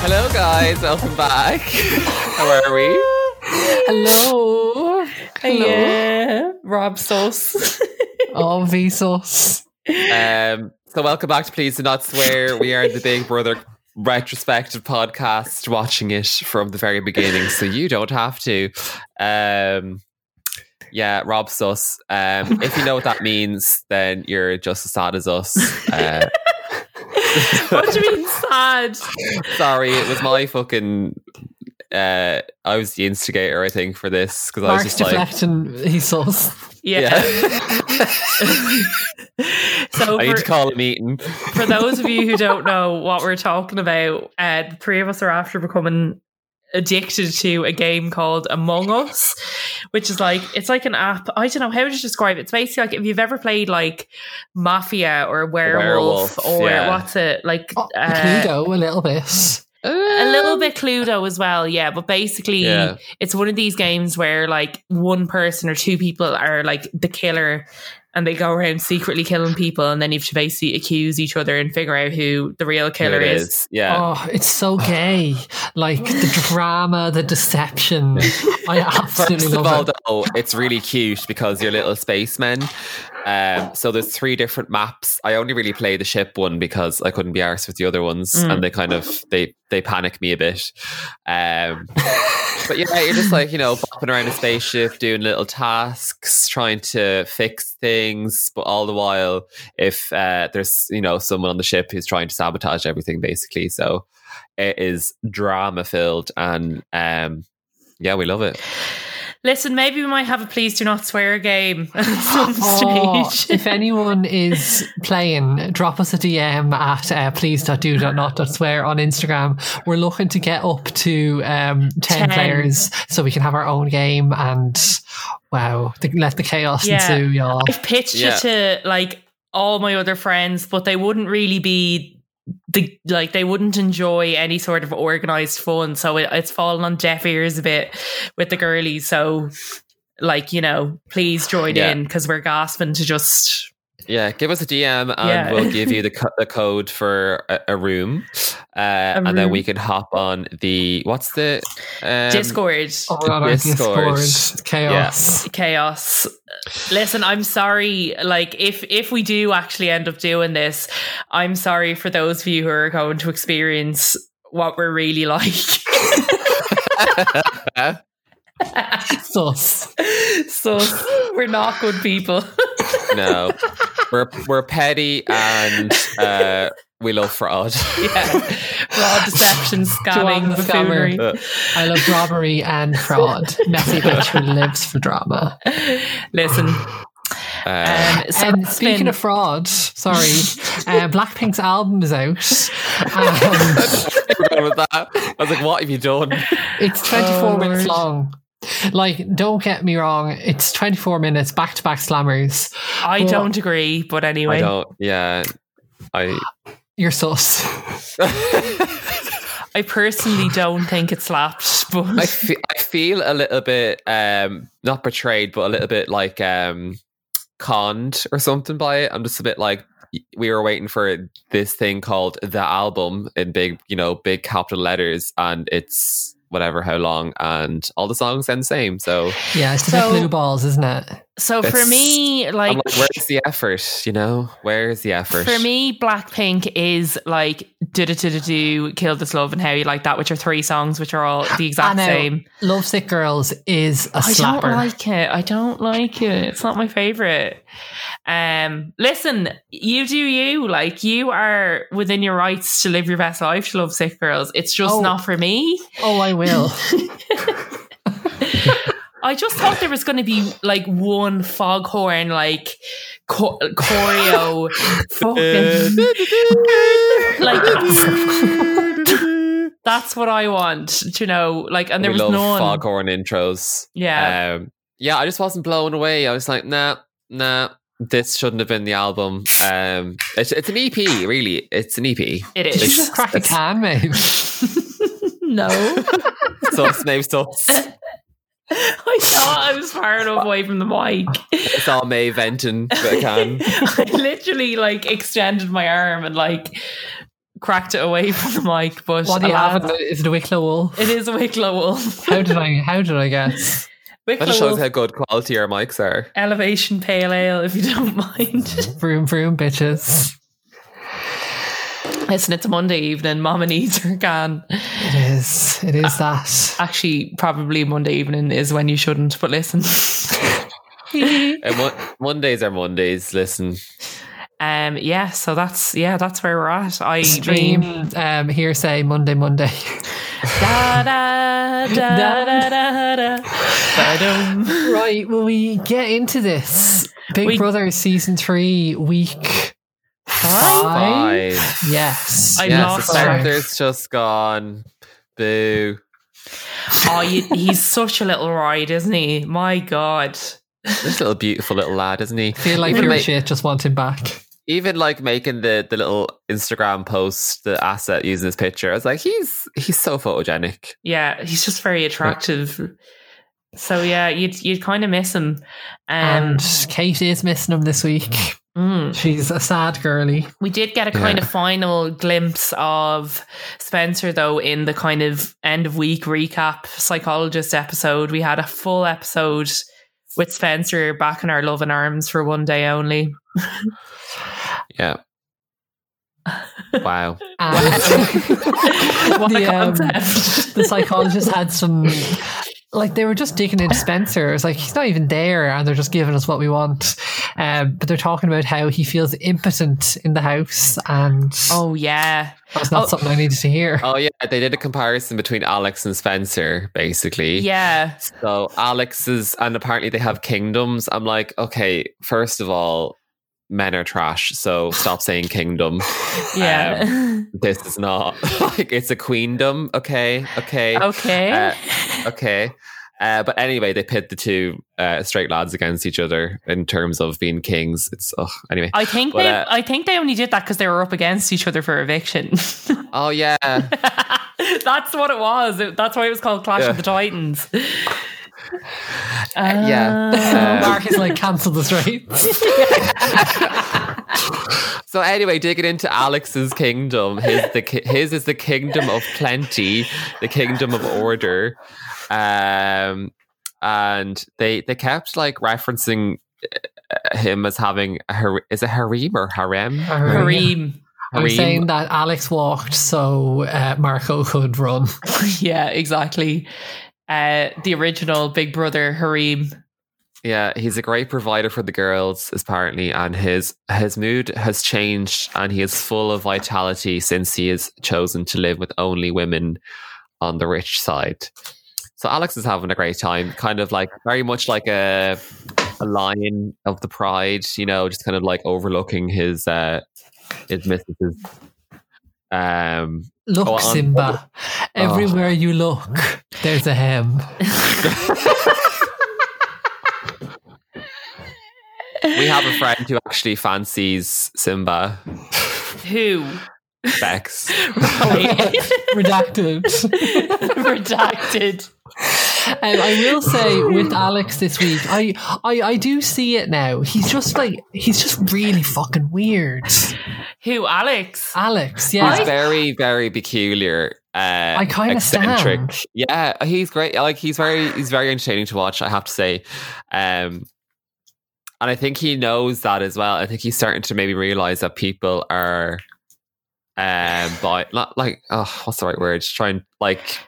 Hello, guys. Welcome back. How are we? Hello. Yeah, Rob Sauce. Oh, Vsauce. Um, so, welcome back to Please Do Not Swear. We are the Big Brother retrospective podcast, watching it from the very beginning, so you don't have to. Um, yeah, Rob Sus. Um, if you know what that means, then you're just as sad as us. Uh, what do you mean sad? sorry, it was my fucking. Uh, I was the instigator, I think, for this because I was Mark's just like, deflecting Vsauce. Yeah. so I for, need to call a meeting. for those of you who don't know what we're talking about, uh, the three of us are after becoming addicted to a game called Among Us, which is like it's like an app. I don't know how to describe it. It's basically like if you've ever played like Mafia or Werewolf, Werewolf, or yeah. what's it like Oh, uh, Cluedo, a little bit. a Um, little bit Cluedo as well, yeah. But basically, Yeah. it's one of these games where like one person or two people are like the killer, and they go around secretly killing people, and then you have to basically accuse each other and figure out who the real killer Here it is. is. Yeah. Oh, it's so gay. Like the drama, the deception. I absolutely First of love all, it. though, it's really cute because you're little spacemen. Um, so there's three different maps. I only really play the ship one because I couldn't be arsed with the other ones, Mm. and they kind of they they panic me a bit. Um, but yeah, you're just like you know bopping around a spaceship, doing little tasks, trying to fix things, but all the while, if uh, there's you know someone on the ship who's trying to sabotage everything, basically. So it is drama filled, and um, yeah, we love it. Listen, maybe we might have a please do not swear game at some Oh, stage. if anyone is playing, drop us a DM at uh, please.do.not.swear on Instagram. We're looking to get up to um, 10, Ten. players so we can have our own game and wow, the, let the chaos Yeah. ensue, y'all. I've pitched Yeah. it to like all my other friends, but they wouldn't really be the like they wouldn't enjoy any sort of organized fun. So it, it's fallen on deaf ears a bit with the girlies. So like you know, please join Yeah. in because we're gasping to just Yeah, give us a DM and Yeah. we'll give you the, co- the code for a, a room, uh, and then room. we can hop on the what's the um, discord Oh my God, our Discord. Discord chaos. chaos. Listen, I'm sorry. Like if if we do actually end up doing this, I'm sorry for those of you who are going to experience what we're really like. Sus. so we're not good people. No, we're we're petty and uh, we love fraud. yeah. Raw deception, scamming, Drama, scammer. buffoonery. I love robbery and fraud. Messy bitch who lives for drama. Listen. Uh, Um, so And that's speaking been- of fraud, sorry, uh, Blackpink's album is out. Um, Um, And with that. I was like, what have you done? it's 24 Oh, minutes Lord. long. Like, don't get me wrong, it's 24 minutes back to back slammers. I don't agree, but anyway. I don't. Yeah, I. You're sus. I personally don't think it slapped, but I fe- I feel a little bit um not betrayed, but a little bit like um conned or something by it. I'm just a bit like y- we were waiting for this thing called the album in big, you know, big capital letters, and it's whatever how long, and all the songs sound the same. So Yeah, it's So- the blue balls, isn't it? so for It's- me, I'm like, like, where's the effort? You know, where's the effort? for me, Blackpink is like do do do do kill this love and how you like that, which are three songs which are all the I exact know. same. Lovesick Girls is a I slapper. don't like it. I don't like it. It's not my favorite. Um, listen, you do you. Like you are within your rights to live your best life. To love sick girls. It's just Oh. not for me. oh, I will. I just thought there was going to be like one foghorn, like cho- choreo, fucking like. That's what I want, you know. Like, and there we was love none. foghorn intros. yeah, Um, yeah, I just wasn't blown away. I was like, nah, nah, this shouldn't have been the album. Um, it's, it's an EP, really. It's an E EP. it Did you is. just crack a can, maybe? no. So it's maybe stuffs. I thought I was far enough away from the mic. It's all May venting, but I can. I literally like extended my arm and like cracked it away from the mic, but What do you alas, have? in the- Is it a Wicklow wolf? it is a Wicklow Wolf. How did I? How did I guess? That Wicklow just shows Wolf how good quality our mics are. Elevation Pale Ale, if you don't mind. Vroom vroom, bitches. Listen, it's Monday evening. Mama needs her can. It is. It is that. Actually, probably Monday evening is when you shouldn't, but listen. And Mon- Mondays are Mondays. Listen, um, yeah, so that's yeah, that's where we're at. I Stream mean, um, hearsay Monday Monday. da da da da da da. Ba-dum. right. Will we get into this? Big We- Brother season three week five. five. Yes. I yes, lost the her. starter's just gone. Boo. Oh, you, he's such a little ride, isn't he? My God. This little beautiful little lad, isn't he? feel like Even your ma- shit just want him back. Even like making the the little Instagram post, the asset using his picture. I was like, he's he's so photogenic. Yeah, he's just very attractive. So yeah, you'd you'd kind of miss him. Um, And Kate is missing him this week. mm. She's a sad girly. We did get a kind Yeah. of final glimpse of Spencer, though, in the kind of end of week recap psychologist episode. We had a full episode with Spencer back in our love and arms for one day only. Yeah. Wow. And what a The, um, concept. the psychologist had some like they were just digging into Spencer. It's like he's not even there, and they're just giving us what we want. Um, but they're talking about how he feels impotent in the house, and oh, yeah. that's not oh. something I needed to hear. Oh yeah, they did a comparison between Alex and Spencer, basically. Yeah. So Alex's and apparently they have kingdoms. I'm like, okay, first of all, men are trash, so stop saying kingdom. Yeah. This is not like it's a queendom. Okay, okay, okay. uh, okay. Uh, but anyway, they pit the two uh, straight lads against each other in terms of being kings. It's oh, anyway. I think but, they. uh, I think they only did that because they were up against each other for eviction. Oh yeah, That's what it was. It- that's why it was called Clash Yeah. Uh, of the Titans. yeah. Oh. Um, Mark is like cancel the straights. So anyway, digging into Alex's kingdom, his the ki- his is the kingdom of plenty, the kingdom of order, um, and they they kept like referencing uh, him as having a har- is it harem or harem? Kareem. I'm saying that Alex walked so uh, Marco could run. yeah, exactly. Uh, the original Big Brother Harim. Yeah, he's a great provider for the girls, apparently, and his his mood has changed, and he is full of vitality since he has chosen to live with only women on the rich side. So Alex is having a great time, kind of like very much like a a lion of the pride, you know, just kind of like overlooking his uh his mistresses. Um, Look, Oh, I'm- Simba, everywhere Oh. you look, there's a hem. we have a friend who actually fancies Simba, Who? Bex. Right. Redacted. Redacted. Um, I will say with Alex this week, I, I I do see it now. He's just like he's just really fucking weird. Who? Alex. Alex, He's yeah. very, very peculiar. Uh, I kinda eccentric. stand. Yeah, uh, he's great. Like he's very, he's very entertaining to watch. I have to say, um, and I think he knows that as well. I think he's starting to maybe realize that people are, um, by not like, oh, what's the right word? Trying like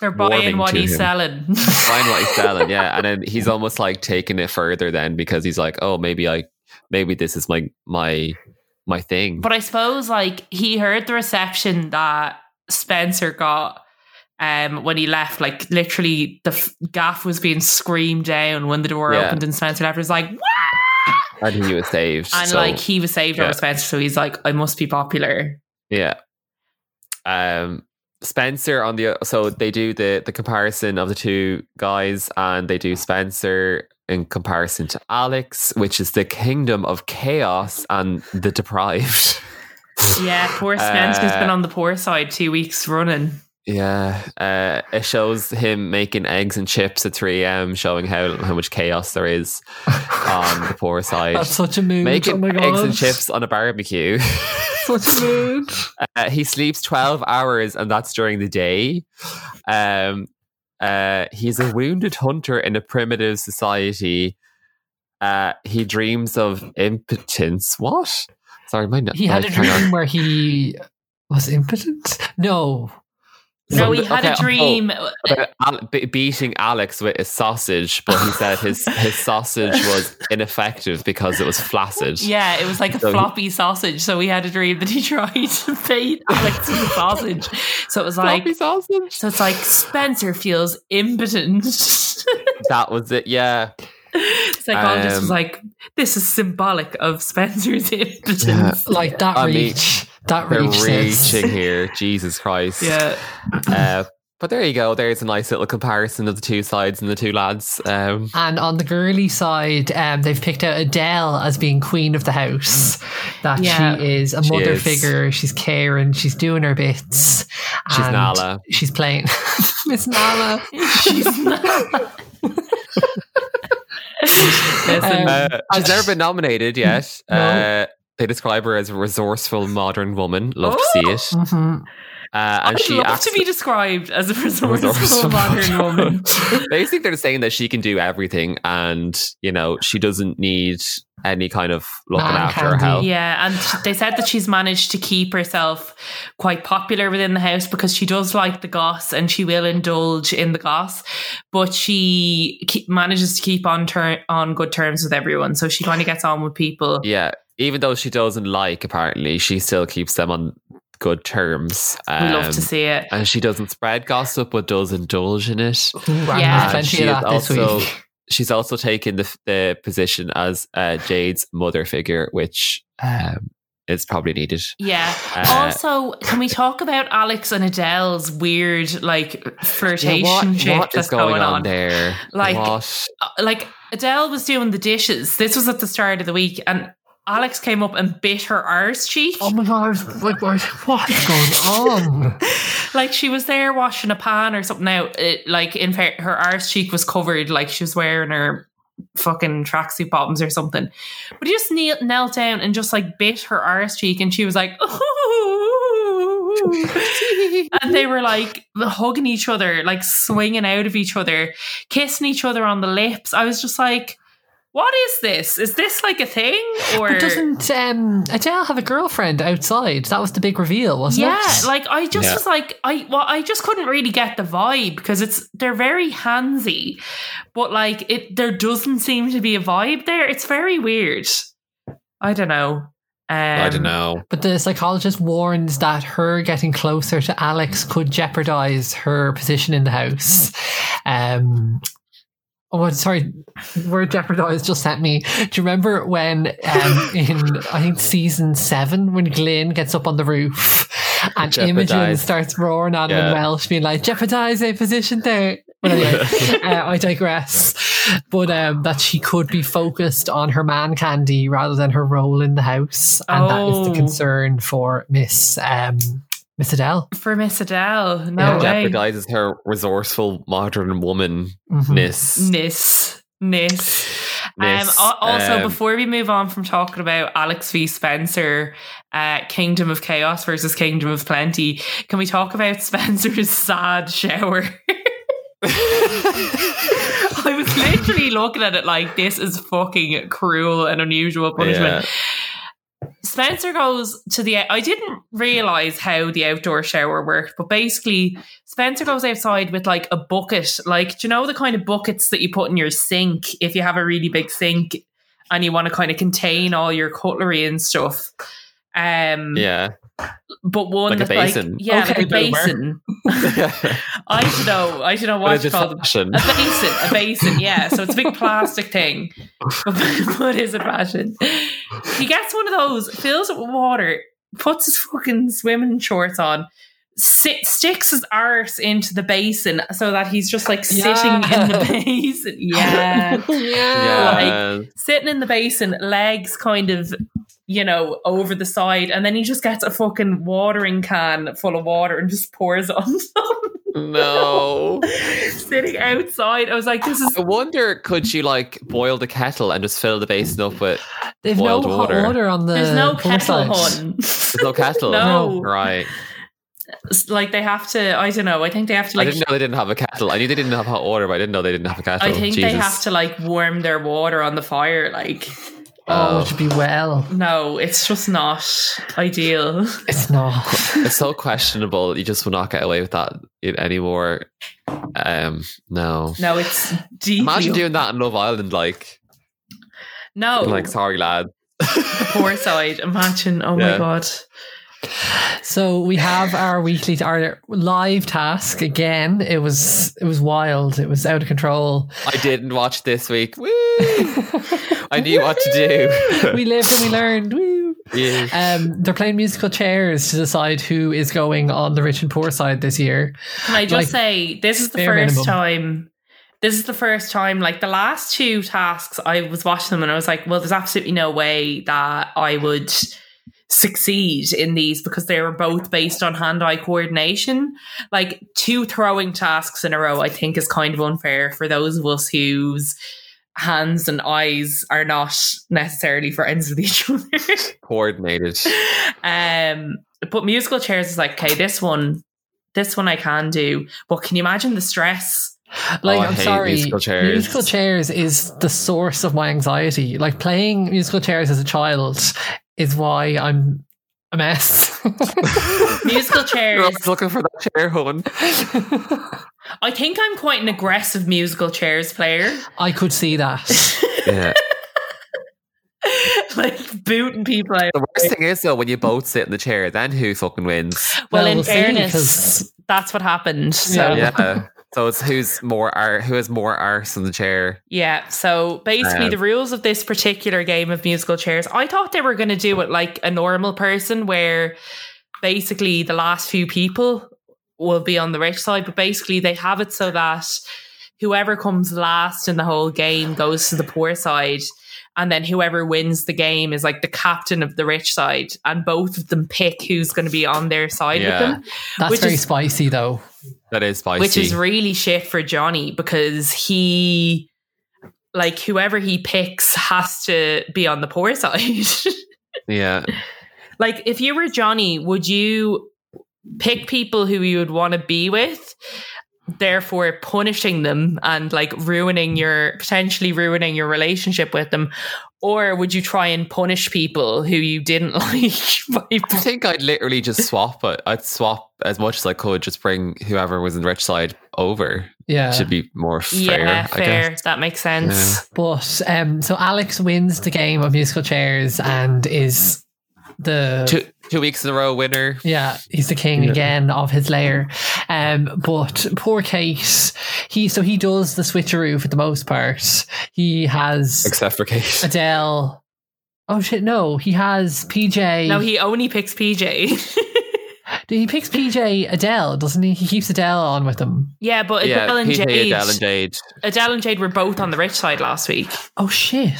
They're buying Warming what to he's him. selling. buying what he's selling. Yeah, and then he's almost like taking it further then because he's like, oh, maybe I, maybe this is my my my thing. But I suppose like he heard the reception that Spencer got um when he left. Like literally, the f- gaff was being screamed down when the door Yeah. opened, and Spencer left. It was like, "What?" and he was saved. and so- like he was saved yeah. over Spencer, so he's like, I must be popular. Yeah. Um Spencer on the so they do the the comparison of the two guys and they do Spencer in comparison to Alex, which is the kingdom of chaos and the deprived. Yeah, poor Spencer's Uh, been on the poor side two weeks running. Yeah, uh, it shows him making eggs and chips at 3 a.m., showing how how much chaos there is on the poor side. That's such a mood. making oh my god. eggs and chips on a barbecue. Such a mood. Uh, he sleeps 12 hours, and that's during the day. Um, uh, he's a wounded hunter in a primitive society. Uh, he dreams of impotence. What? Sorry, my He had a like, hang on. dream where he was impotent. No, No, he had Okay, a oh, dream. about Al- be- beating Alex with his sausage, but he said his, his sausage was ineffective because it was flaccid. Yeah, it was like a So he- floppy sausage. So he had a dream that he tried to bait Alex with a sausage. So it was like, Floppy sausage. so it's like Spencer feels impotent. That was it. Yeah. Psychologist Um, was like, this is symbolic of Spencer's impotence. Yeah. Yeah. like that I mean, reach. that They're reach. says- reaching here. Jesus Christ. Uh, but there you go. There's a nice little comparison of the two sides and the two lads. Um, And on the girly side, um, they've picked out Adele as being queen of the house. That Yeah. she is a Mm. She mother is. figure. She's caring. She's doing her bits. she's and Nala. She's playing. Miss Nala. She's not. Listen, Um, Uh, she's I- never been nominated yet. No. Uh, they describe her as a resourceful modern woman. Love to see it. hmm Uh, and Oh. I'd she love acts to be described as a resourceful Resourceful modern woman. Basically, they're saying that she can do everything, and you know she doesn't need any kind of looking Man after or candy, help. Yeah, and sh- they said that she's managed to keep herself quite popular within the house because she does like the goss and she will indulge in the goss, but she keep, manages to keep on ter- on good terms with everyone. So she kind of gets on with people. Yeah, even though she doesn't like, apparently, she still keeps them on good terms. We love Um, to see it. And she doesn't spread gossip, but does indulge in it. Yeah. yeah, plenty She of is that this also- week. She's also taken the, the position as uh, Jade's mother figure, which um, is probably needed. Yeah. Uh, also, can we talk about Alex and Adele's weird like flirtation Yeah, shit what, what that's is going, on, on? there? Like, what? Uh, like Adele was doing the dishes. This was at the start of the week, and Alex came up and bit her arse cheek. Oh my god! I was like, what- what's going on? like she was there washing a pan or something out. It, like in fair, her arse cheek was covered, like she was wearing her fucking tracksuit bottoms or something. But he just kneel, knelt down and just like bit her arse cheek, and she was like, and they were like hugging each other, like swinging out of each other, kissing each other on the lips. I was just like. What is this? Is this like a thing? Or But doesn't um, Adele have a girlfriend outside? That was the big reveal, wasn't yeah, it? like I just Yeah. was like I well I just couldn't really get the vibe because it's they're very handsy, but like it there doesn't seem to be a vibe there. It's very weird. I don't know. Um, I don't know. But the psychologist warns that her getting closer to Alex could jeopardize her position in the house. Um, oh, I'm sorry, word jeopardize just sent me. Do you remember when um, in I think season seven when Glynn gets up on the roof and Imogen Jeopardize. starts roaring at him in Yeah. Welsh, being like "jeopardize a position there." But anyway, uh, I digress. But um, that she could be focused on her man candy rather than her role in the house, and that is Oh. the concern for Miss um, Miss Adele. For Miss Adele, Yeah. no way. Jeopardizes her resourceful modern womanness. Mhm. Nis, nis. Um, Miss, al- also, um, before we move on from talking about Alex v. Spencer, uh, Kingdom of Chaos versus Kingdom of Plenty, can we talk about Spencer's sad shower? I was literally looking at it like this is fucking cruel and unusual punishment. yeah. Spencer goes to the. I didn't realize how the outdoor shower worked, but basically, Spencer goes outside with like a bucket, like do you know the kind of buckets that you put in your sink if you have a really big sink and you want to kind of contain all your cutlery and stuff. Um, yeah. but one Like a that, like- basin. yeah, Okay, like a boomer. basin. but I don't know. I don't know what it's to just call them. fashion. A basin, a basin, yeah. So it's a big plastic thing. But what is a fashion? He gets one of those, fills it with water, puts his fucking swimming shorts on, sit, sticks his arse into the basin so that he's just like sitting in the Yeah. basin. Yeah. yeah. Yeah. Sitting in the basin, legs kind of you know, over the side, and then he just gets a fucking watering can full of water and just pours it on them. No. Sitting outside, I was like, "This is I wonder, could she like boil the kettle and just fill the basin up with? They've Boiled no hot water. water on the. there's no pool kettle side. hun." There's no kettle. No. Right. It's like they have to. I don't know. I think they have to. I Like, didn't know they didn't have a kettle. I knew they didn't have hot water, but I didn't know they didn't have a kettle. I think Jesus. they have to like warm their water on the fire. Like, Oh, Oh. it would be well. no, it's just not ideal. It's not. It's so questionable. You just will not get away with that i- anymore. Um, no. No, it's deeply. Imagine doing that in Love Island, like, no, like sorry, lad. poor side. Imagine. Oh my Yeah. god. So we have our weekly our live task again. It was it was wild. It was out of control. I didn't watch this week. Woo! I knew what to We lived and we learned. Woo. do. yeah. Um, they're playing musical chairs to decide who is going on the rich and poor side this year. Can I just Like, say this is the bare first minimum. time. This is the first time. Like the last two tasks, I was watching them and I was like, "Well, there's absolutely no way that I would." succeed in these because they were both based on hand-eye coordination like two throwing tasks in a row i think is kind of unfair for those of us whose hands and eyes are not necessarily friends with each other Coordinated. um, but musical chairs is like, okay, this one, this one I can do. But can you imagine the stress? Like Oh, I I'm hate sorry, musical chairs. musical chairs is the source of my anxiety. Like playing musical chairs as a child is why I'm a mess. Musical You're chairs. always looking for that chair, hun. I think I'm quite an aggressive musical chairs player, I could see that. Yeah. like booting people out. The worst thing is though when you both sit in the chair, then who fucking wins? Well, Well, in we'll see, fairness, 'cause- that's what happened. So yeah, Yeah. Yeah. So it's who's more ar- who has more arse in the chair. so basically, Um, the rules of this particular game of musical chairs, I thought they were going to do it like a normal person, where basically the last few people will be on the rich side, but basically they have it so that whoever comes last in the whole game goes to the poor side. And then whoever wins the game is like the captain of the rich side, and both of them pick who's going to be on their side Yeah. with them, That's Which very is- spicy though. That is spicy. which is really shit for Johnny because he, like, whoever he picks has to be on the poor side. yeah. Like, if you were Johnny, would you pick people who you would want to be with, therefore punishing them and like ruining your potentially ruining your relationship with them? Or would you try and punish people who you didn't like? I by- think I'd literally just swap it. I'd swap as much as I could, just bring whoever was in the rich side over. Yeah. Should be more fair, Uh, yeah, I fair. guess. That makes sense. But um, so Alex wins the game of musical chairs and is the Two two weeks in a row winner. yeah he's the king Yeah. again of his lair. Um, but poor Kate, he so he does the switcheroo for the most part. He has Except for Kate. Adele. Oh shit! No, he has PJ. No, he only picks PJ. he picks PJ Adele, doesn't he? He keeps Adele on with him. yeah, but yeah, Adele, and PJ, Jade, Adele and Jade. Adele and Jade were both on the rich side last week. Oh shit!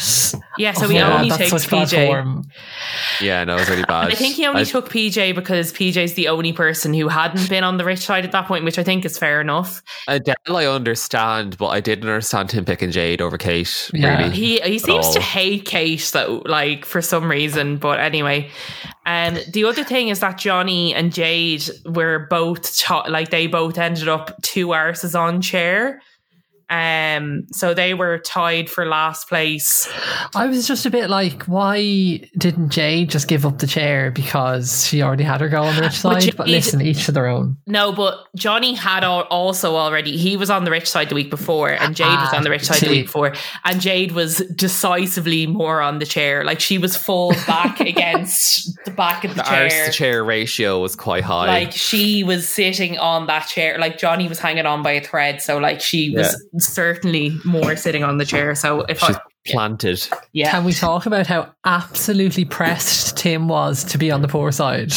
Yeah, so oh, he yeah, only that's takes such bad PJ. form. Yeah, no, it was really bad. I think he only I- took PJ because PJ's the only person who hadn't been on the rich side at that point, which I think is fair enough. Adele, I understand, but I didn't understand him picking Jade over Kate. Yeah. Really, He he seems all. to hate Kate though, like for some reason. But anyway, um, the other thing is that Johnny and Jade were both cho- like they both ended up two arses on chair. Um, so they were tied for last place. I was just a bit like, why didn't Jade just give up the chair because she already had her go on the rich But side? But, Jade- listen, each to their own. No, but Johnny had al- also already. He was on the rich side the week before, and Jade was Ah, on the rich side the see. week before, and Jade was decisively more on the chair. Like she was full back against the back of the the, chair. arse to chair ratio was quite high. Like she was sitting on that chair. Like Johnny was hanging on by a thread. So like she was certainly more sitting on the chair. So if She's I planted. yeah, Can we talk about how absolutely pressed Tim was to be on the poor side?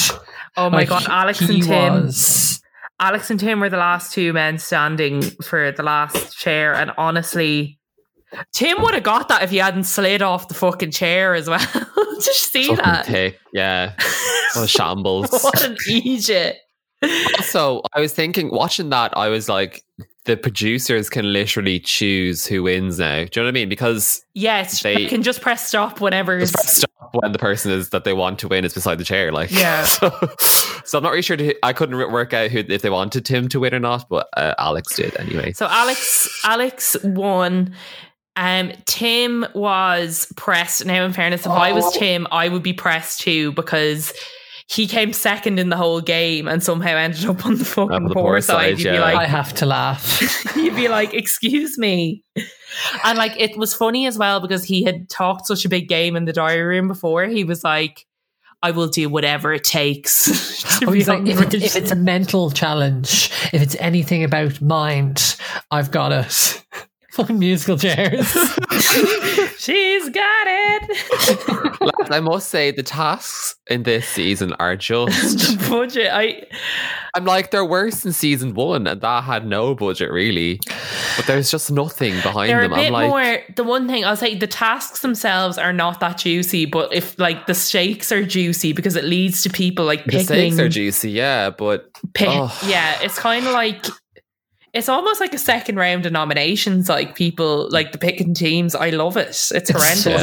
oh my Like, god, Alex he and Tim. was. Alex and Tim were the last two men standing for the last chair, and honestly, Tim would have got that if he hadn't slid off the fucking chair as well. Did you see Fucking that? Thick. Yeah. What a shambles. What an Egypt. also, I was thinking, watching that, I was like, the producers can literally choose who wins now. Do you know what I mean? Because Yes, They- you can just press stop whenever. just press stop when the person is that they want to win is beside the chair. Like, Yeah. So, so I'm not really sure. To, I couldn't re- work out who if they wanted Tim to win or not, but uh, Alex did anyway. So Alex, Alex won. Um, Tim was pressed. Now, in fairness, if I Oh. was Tim, I would be pressed too because he came second in the whole game and somehow ended up on the fucking the poor, poor side. side, You'd be yeah. like, I have to laugh. he'd be like, "Excuse me," and like it was funny as well because he had talked such a big game in the diary room before. He was like, "I will do whatever it takes." to Oh, be he's like, on if, it, the if it's a mental challenge, if it's anything about mind, I've got it. Fucking musical chairs. road." she's got it. Lads, I must say, the tasks in this season are just. the budget, I I'm like, they're worse than season one, and that had no budget really. But there's just nothing behind they're a them. I'm bit like, more. The one thing I'll say, the tasks themselves are not that juicy, but if like the stakes are juicy because it leads to people like the picking. stakes are juicy, yeah, but pick. Oh. Yeah, it's kind of like it's almost like a second round of nominations. Like people like the picking teams. I love it. It's uh, It's horrendous. such, Yeah.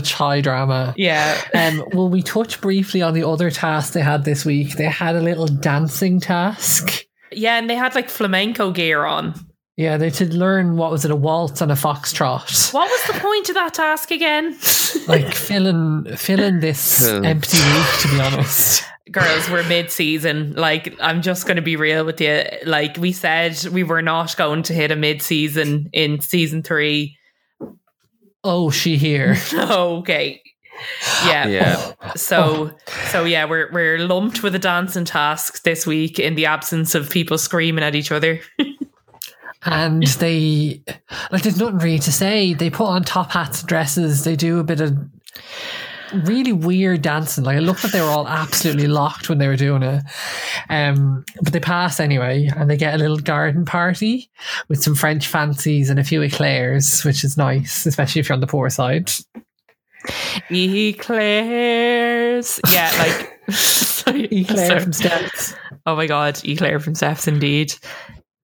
such high drama. yeah. Um, will we touch briefly on the other task they had this week? They had a little dancing task. Yeah, and they had like flamenco gear on. Yeah, they did learn what was it, a waltz and a foxtrot. What was the point of that task again? Like filling filling this Hmm. empty week, to be honest. Girls, we're mid season. Like, I'm just going to be real with you. Like, we said we were not going to hit a mid season in season three. Oh, she here. okay. Yeah. yeah, So so yeah, we're we're lumped with a dancing task this week in the absence of people screaming at each other. and they like there's nothing really to say. They put on top hats, and dresses. They do a bit of really weird dancing. Like it looked like they were all absolutely locked when they were doing it. Um, but they pass anyway, and they get a little garden party with some French fancies and a few eclairs, which is nice, especially if you're on the poor side. Eclairs. Yeah, like Eclair sorry. from Steps. Oh my god, Eclair from Steph's indeed.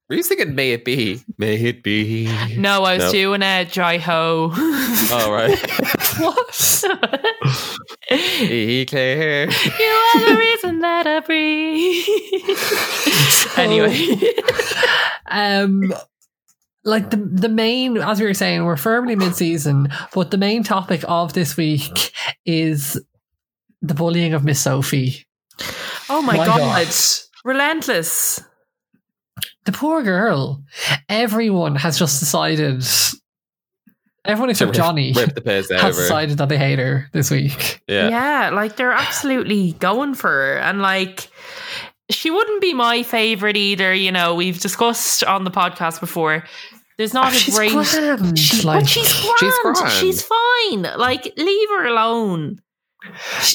were you thinking "May it be"? May it be. No, I was No. doing a dry ho. All right, what? you Eclair. are the reason that I breathe. anyway. Um, like the the main, as we were saying, we're firmly mid season, but the main topic of this week is the bullying of Miss Sophie. Oh my, My god. God. Relentless. The poor girl. Everyone has just decided. Everyone except Johnny Rip the piss out of has her. decided that they hate her this week. Yeah. like they're absolutely going for her. And like she wouldn't be my favorite either, you know. We've discussed on the podcast before. There's Oh, not a she's great grand. She- like, but she's grand. She's She's, grand. fine. Like, leave her alone.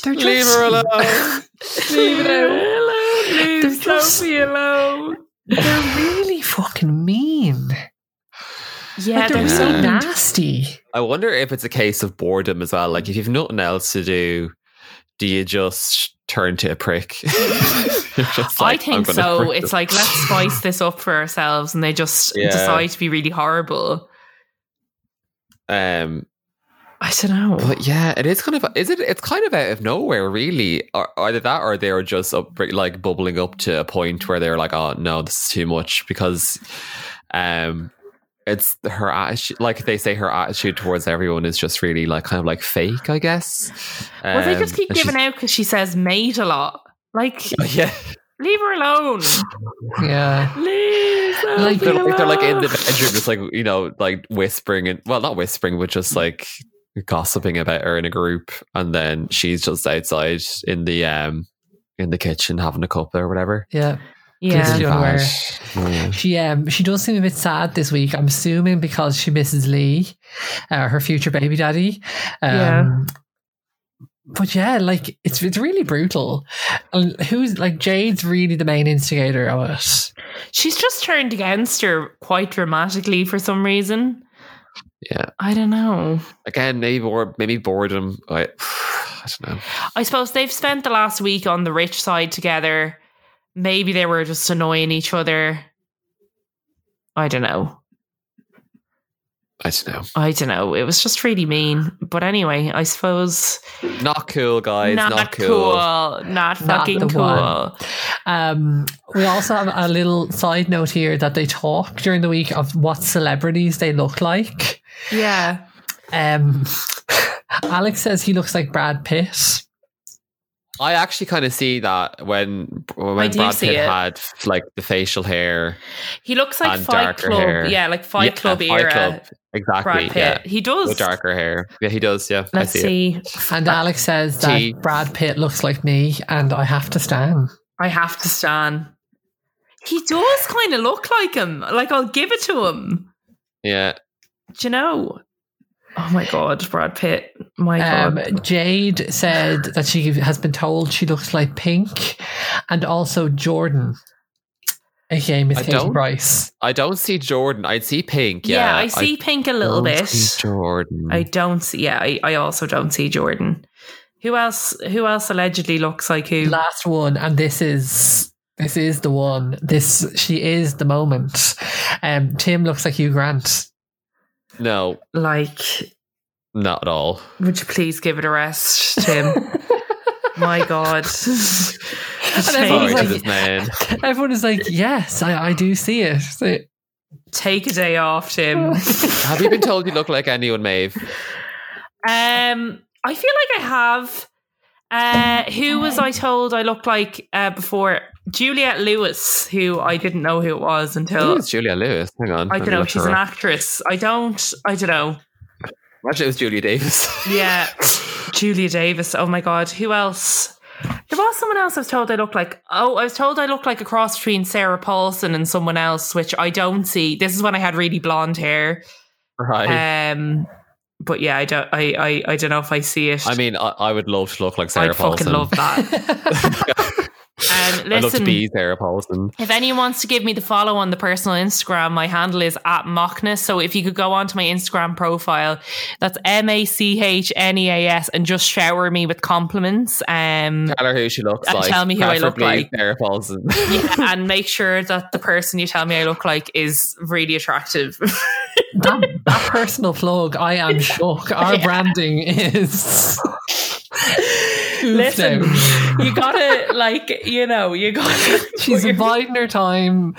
they're just, Leave her alone. Leave her alone. They're just- alone. They're really fucking mean. Yeah, like, they're they're so Yeah. nasty. I wonder if it's a case of boredom as well. Like, if you've nothing else to do, do you just turn to a prick? You're just I like, I'm think gonna so. prick It's them. like let's spice this up for ourselves, and they just Yeah. decide to be really horrible. um, I don't know. but yeah, it is kind of. Is it? It's kind of out of nowhere, really. Or, either that, or they are just up, like bubbling up to a point where they're like, "Oh no, this is too much," because, um. It's her attitude, like they say, her attitude towards everyone is just really like kind of like fake, I guess. Well, they Um, just keep and she's- giving out because she says "mate" a lot. Like, Yeah, leave her alone. Yeah. Leave. her Like, they're like they're like in the alone. bedroom, just like you know, like whispering and well, not whispering, but just like gossiping about her in a group, and then she's just outside in the um in the kitchen having a cup or whatever. Yeah. Yeah. Please do. Bad. Yeah. She um she does seem a bit sad this week. I'm assuming because she misses Lee, uh, her future baby daddy. Um, Yeah. But yeah, like it's it's really brutal. And who's like Jade's really the main instigator of it. She's just turned against her quite dramatically for some reason. Yeah. I don't know. Again, maybe bored, maybe boredom. I, I don't know. I suppose they've spent the last week on the rich side together. Maybe they were just annoying each other. I don't know. I don't know. I don't know. It was just really mean. But anyway, I suppose Not cool, guys. Not, not, cool. Not fucking the cool. one. Um, we also have a little side note here that they talk during the week of what celebrities they look like. Yeah. Um, Alex says he looks like Brad Pitt. I actually kind of see that when I when do Brad see Pitt it. had like the facial hair, He looks like And Fight darker Club. hair. Yeah, like Fight Yeah, Club Fight era. Club. exactly. Brad Pitt. Yeah, He does. with darker hair. Yeah, he does. Yeah, Let's I see. It. see. And Alex says that Tea. Brad Pitt looks like me, and I have to stand. I have to stand. He does kind of look like him. Like I'll give it to him. Yeah, Do you know? Oh my god, Brad Pitt. My Um, god. Jade said that she has been told she looks like Pink, and also Jordan, aka Miss I Katie don't- Price. I don't see Jordan. I'd see Pink. Yeah, Yeah, I see Pink a little don't bit. see Jordan. I don't see. Yeah, I, I also don't see Jordan. Who else? Who else allegedly looks like who? Last one, and this is this is the one. This she is the moment. Um, Tim looks like Hugh Grant. no, like, not at all. would you please give it a rest, Tim? my god. everyone's Sorry take, to like- this man. Everyone is like, yes, I, I do see it. So- take a day off, Tim. Have you been told you look like anyone, Maeve? Um, I feel like I have. Uh, who was I told I looked like uh, before? Juliette Lewis, who I didn't know who it was Who until is Julia Lewis? Hang on. let I me don't know. look She's her an up. actress. I don't. I don't know. Imagine it was Julia Davis. Yeah, Julia Davis. Oh my god. Who else? There was someone else I was told I looked like. Oh, I was told I looked like a cross between Sarah Paulson and someone else, which I don't see. This is when I had really blonde hair. right. Um, but yeah, I don't. I I, I don't know if I see it. I mean, I, I would love to look like Sarah I Paulson. Uh, fucking love that. Um, I'd love to listen, be Sarah Paulson. if anyone wants to give me the follow on the personal Instagram, my handle is at Mockness. So if you could go onto my Instagram profile, that's M A C H N E A S, and just shower me with compliments. Um, Tell her who she looks And like. tell me who I look Preferably like. Sarah Paulson. yeah, and make sure that the person you tell me I look like is really attractive. that, that personal plug, I am shook. Our Yeah. branding is. oofed Listen, out. you gotta like, you know, you gotta. She's biding her time.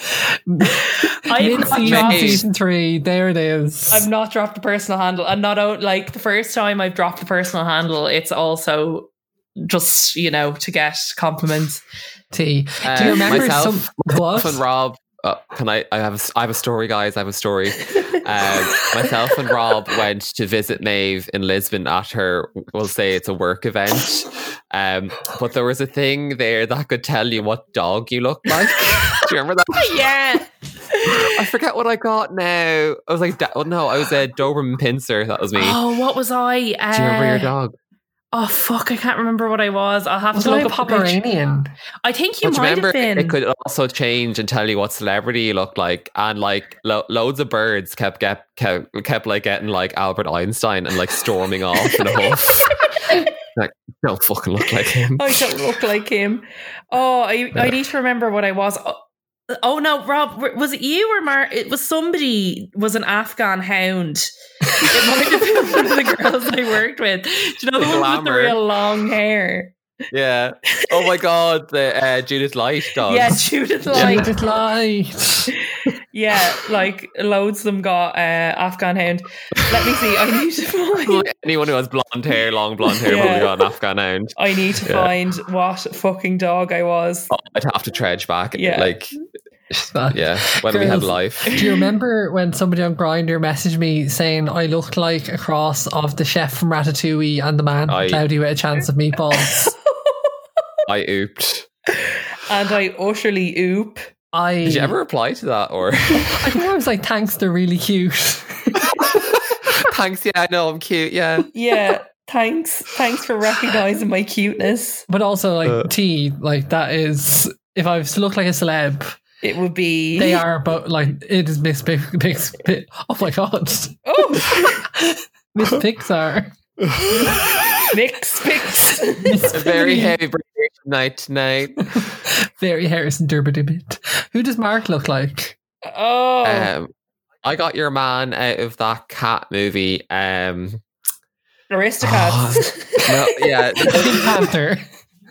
I'm Mid not season, dropped- season three. There it is. I've not dropped the personal handle, and not out like the first time I've dropped the personal handle. It's also just you know to get compliments. Tea. Uh, Do you remember myself, some what? myself and Rob? Uh, can I? I have. A, s- I have a story, guys. I have a story. Um, myself and Rob went to visit Maeve in Lisbon at her. We'll say it's a work event. Um, but there was a thing there that could tell you what dog you look like. Do you remember that? yeah, I forget what I got now. I was like, da- well, no, I was a Doberman Pincer. That was me. Oh, what was I? Uh, Do you remember your dog? Oh fuck, I can't remember what I was. I'll have Was to I a look up the picture. Pomeranian? I think you But might have been. it could also change and tell you what celebrity you look like, and like lo- loads of birds kept get kept, kept like getting like Albert Einstein and like storming off in a huff. like don't fucking look like him. I don't look like him. Oh, I, I need to remember what I was. Oh, oh, no, Rob, w- was it you or Mar? It was somebody was an Afghan hound. It might have been one of the girls I worked with. Do you know the, The one with the glamour. real long hair? Yeah. Oh my god, the uh, Judith Light dog. Yeah, Judith Like, Light. just light. Yeah, like loads of them got uh, Afghan hound. Let me see. I need to find. Anyone who has blonde hair, long blonde hair, Yeah. probably got an Afghan hound. I need to Yeah. find what fucking dog I was. Oh, I'd have to trudge back. Yeah. Like, yeah, when we had Girls. life. Do you remember when somebody on Grinder messaged me saying I looked like a cross of the chef from Ratatouille and the man from I- Cloudy with a Chance of Meatballs? I ooped. and I utterly oop. I Did you ever reply to that or? I think I was like, thanks, they're really cute. Thanks. Yeah, I know I'm cute. Yeah. yeah thanks thanks for recognizing my cuteness But also like Uh. tea, like that is if I was to look like a celeb, it would be they are both like it is Miss Pic, Pic, Pic- Oh my god, oh Miss Pixar. Mix, mix. A very heavy breathing night tonight. Very Harrison Durbin a bit. Who does Mark look like? Oh, Uh, Um, I got your man out of that cat movie. Um, aristocrats. no, yeah, Pink Panther.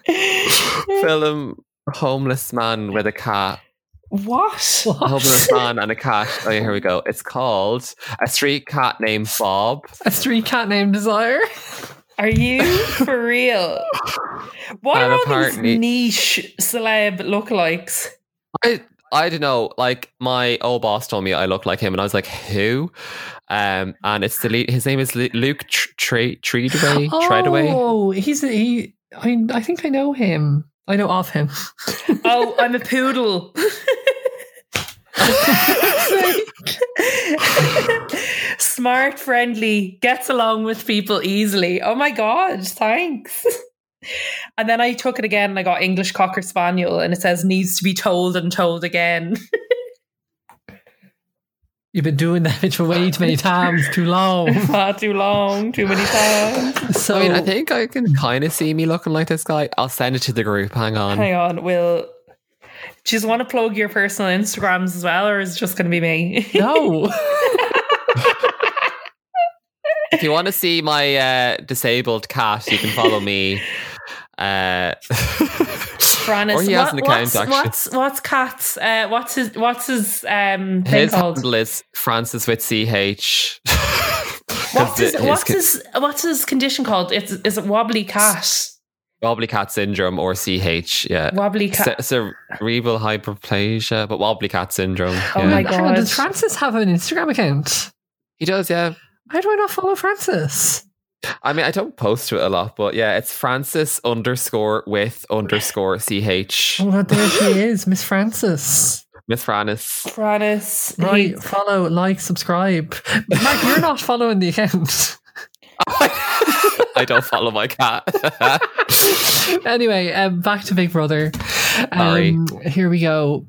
oh. film homeless man with a cat. what? A What? homeless man and a cat. Oh, yeah, here we go. It's called a street cat named Bob. A street cat named Desire. Are you for real? What And are all apparently- these niche celeb lookalikes? I I don't know. Like my old boss told me I looked like him, and I was like, "Who?" Um, and it's the lead, his name is Lu- Luke Tr- Tre- Treadaway. Treadaway. Oh, he's a, he. I I think I know him. I know of him. Oh, I'm a poodle. Smart, friendly, gets along with people easily. Oh my god, thanks. And then I took it again and I got English Cocker Spaniel and it says needs to be told and told again. You've been doing that for way too many times, too long. Not too long, too many times. Oh, So I mean, I think I can kind of see me looking like this guy. I'll send it to the group. Hang on. Hang on, Will. Do you want to plug your personal Instagrams as well, or is it just going to be me? Oh no. If you want to see my uh, disabled cat, you can follow me. Uh, Francis, or he has an what- account what's, actually. What's what's Cat's? Uh, what's his? What's his um thing his called? handle is Francis with CH. What's his, what's his his what's his condition called? It's is it wobbly cat? wobbly cat syndrome or CH? Yeah. Wobbly cat. Ce- cerebral hyperplasia, but wobbly cat syndrome. Oh yeah. my Hang on, does God. Francis have an Instagram account? He does, yeah. How do I not follow Francis? I mean, I don't post to it a lot, but yeah, it's Francis underscore with underscore ch Oh, God, there she is, Miss Francis. Miss Francis. Francis. Right, He- follow, like, subscribe. Mark, you're not following the account. I don't follow my cat. anyway, um, back to Big Brother. Sorry. Um, here we go.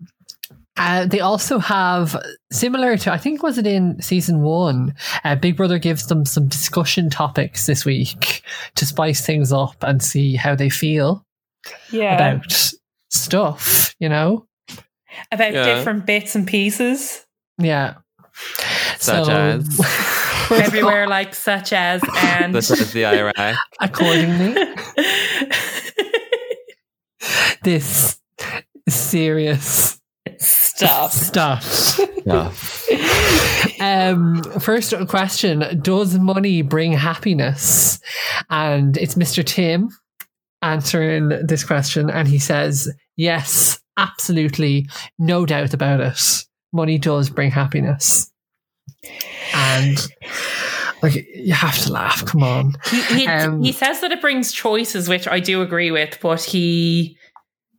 Uh, they also have similar to I think was it in season one. Uh, Big Brother gives them some discussion topics this week to spice things up and see how they feel yeah, about, about stuff. You know, Yeah. different bits and pieces yeah. Such as? everywhere, like such as and this is the Iraq. accordingly, this serious Stop. stuff. Yeah. Um, first question Does money bring happiness? And it's Mr. Tim answering this question, and he says, Yes, absolutely. No doubt about it. Money does bring happiness. And like you have to laugh, come on. He, he, Um, he says that it brings choices, which I do agree with, but he,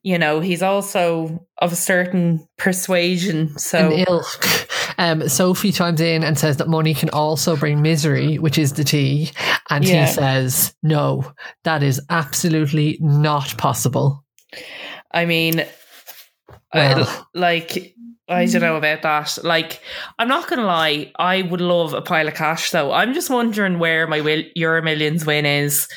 you know, he's also of a certain persuasion. So, An ilk. Um, Sophie chimes in and says that money can also bring misery, which is the tea. And Yeah. he says, No, that is absolutely not possible. I mean, I, Well. like, I don't know about that. Like, I'm not going to lie, I would love a pile of cash, though. I'm just wondering where my Wil- Euro Millions win is